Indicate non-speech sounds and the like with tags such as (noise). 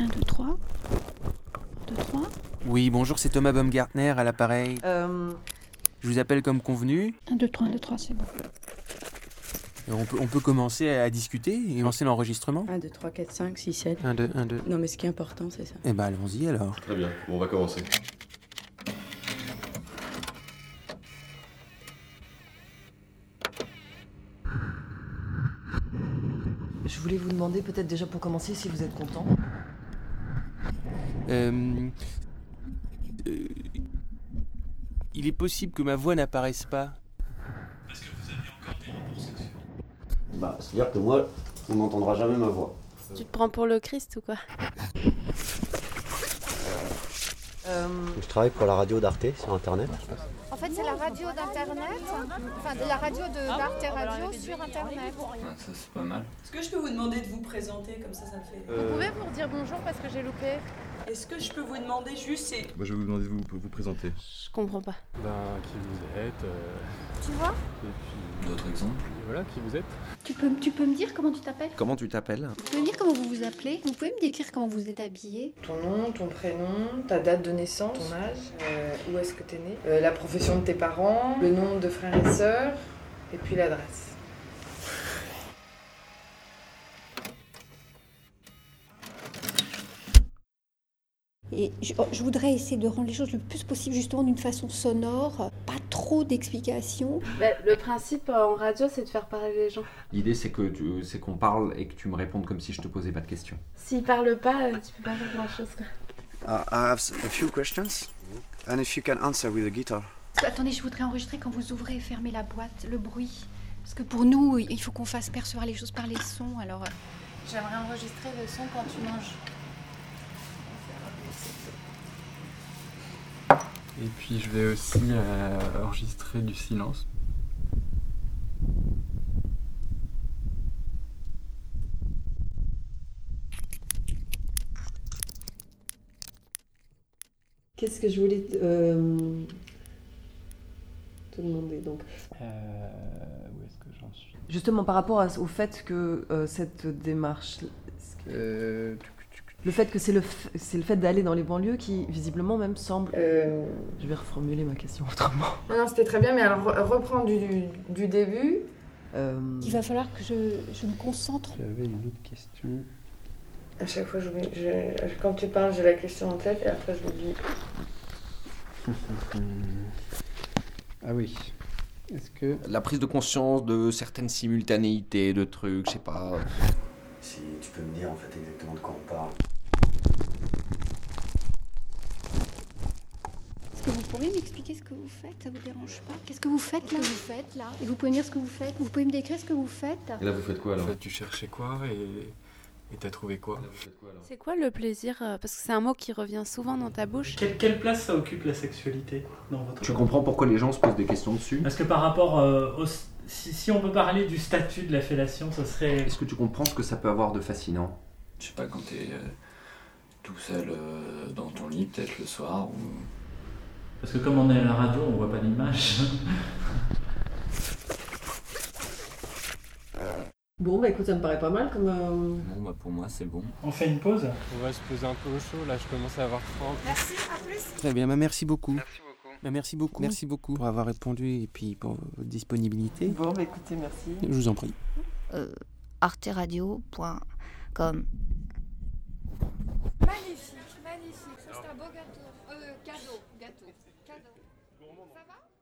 1, 2, 3. 1, 2, 3. Oui, bonjour, c'est Thomas Baumgartner à l'appareil. Euh, Je vous appelle comme convenu. 1, 2, 3, 1, 2, 3, c'est bon. Et On peut, on peut commencer à, à discuter et lancer l'enregistrement 1, 2, 3, 4, 5, 6, 7. 1, 2, 1, 2. Non, mais ce qui est important, c'est ça. Eh ben, allons-y alors. Très bien, bon, on va commencer. Je voulais vous demander peut-être déjà pour commencer si vous êtes content. Euh, euh, il est possible que ma voix n'apparaisse pas. Bah, c'est-à-dire que moi, on n'entendra jamais ma voix. Tu te prends pour le Christ ou quoi Euh, Je travaille pour la radio d'Arte sur Internet. En fait, c'est la radio d'Internet, enfin de la radio de- d'Arte Radio sur Internet. Ça, c'est pas mal. Est-ce que je peux vous demander de vous présenter comme ça, ça me fait. Vous pouvez me dire bonjour parce que j'ai loupé Est-ce que je peux vous demander juste c'est Moi, je vais vous demander de vous, vous présenter. Je comprends pas. Ben, qui vous êtes, euh, Tu vois et puis D'autres exemples voilà qui vous êtes. Tu peux, tu peux me dire comment tu t'appelles Comment tu t'appelles Vous pouvez me dire comment vous vous appelez Vous pouvez me décrire comment vous êtes habillé ton nom, ton prénom, ta date de naissance, ton âge, euh, où est-ce que t'es né, euh, la profession de tes parents, le nombre de frères et sœurs, et puis l'adresse. Et je, oh, je voudrais essayer de rendre les choses le plus possible justement d'une façon sonore, pas trop d'explications. le principe euh, en radio, c'est de faire parler les gens. L'idée, c'est que tu- c'est qu'on parle et que tu me répondes comme si je te posais pas de questions. S'ils parlent pas, euh, tu peux pas faire grand chose. I have a few questions. And if you can answer with a guitar. Attendez, je voudrais enregistrer quand vous ouvrez et fermez la boîte, le bruit. Parce que pour nous, il faut qu'on fasse percevoir les choses par les sons. Alors, euh, J'aimerais enregistrer le son quand tu manges. Et puis je vais aussi euh, enregistrer du silence. Qu'est-ce que je voulais te, euh, te demander donc Euh, où est-ce que j'en suis Justement par rapport à- au fait que euh, cette démarche, est-ce que- Euh, le fait que c'est le, f- c'est le fait d'aller dans les banlieues qui visiblement même semble. Je vais reformuler ma question autrement. Euh, (laughs) Non, non, c'était très bien, mais alors re- reprends du, du- du début. Euh, il va falloir que je, je me concentre. J'avais Ah une autre question. À chaque fois, j'oublie- je- quand tu parles, j'ai la question en tête, et après, je l'oublie. Ah oui. Est-ce que La prise de conscience de certaines simultanéités, de trucs, je sais pas. Si tu peux me dire en fait exactement de quoi on parle. Est-ce que vous pourriez m'expliquer ce que vous faites Ça vous dérange pas Qu'est-ce que vous faites là Vous faites là. Et vous pouvez me dire ce que vous faites Vous pouvez me décrire ce que vous faites Et là, vous faites quoi en alors fait, tu cherchais quoi et et t'as trouvé quoi C'est quoi le plaisir euh, Parce que c'est un mot qui revient souvent dans ta bouche. Quelle, quelle place ça occupe la sexualité dans votre Tu comprends pourquoi les gens se posent des questions dessus Parce que par rapport euh, au si, si on peut parler du statut de la fellation, ça serait Est-ce que tu comprends ce que ça peut avoir de fascinant Je sais pas quand t'es tout seul dans ton lit, peut-être le soir ou. parce que comme on est à la radio, on voit pas l'image. Bon bah écoute, ça me paraît pas mal comme. euh, Bon bah pour moi c'est bon. on fait une pause. On va se poser un peu au chaud là, je commence à avoir froid. Très bien, bah, merci beaucoup. Merci beaucoup. merci beaucoup. Merci beaucoup pour avoir répondu et puis pour votre disponibilité. Bon bah écoutez, merci. Je vous en prie. arteradio.com Magnifique, magnifique. C'est un beau gâteau. Euh, cadeau, gâteau, cadeau. Ça va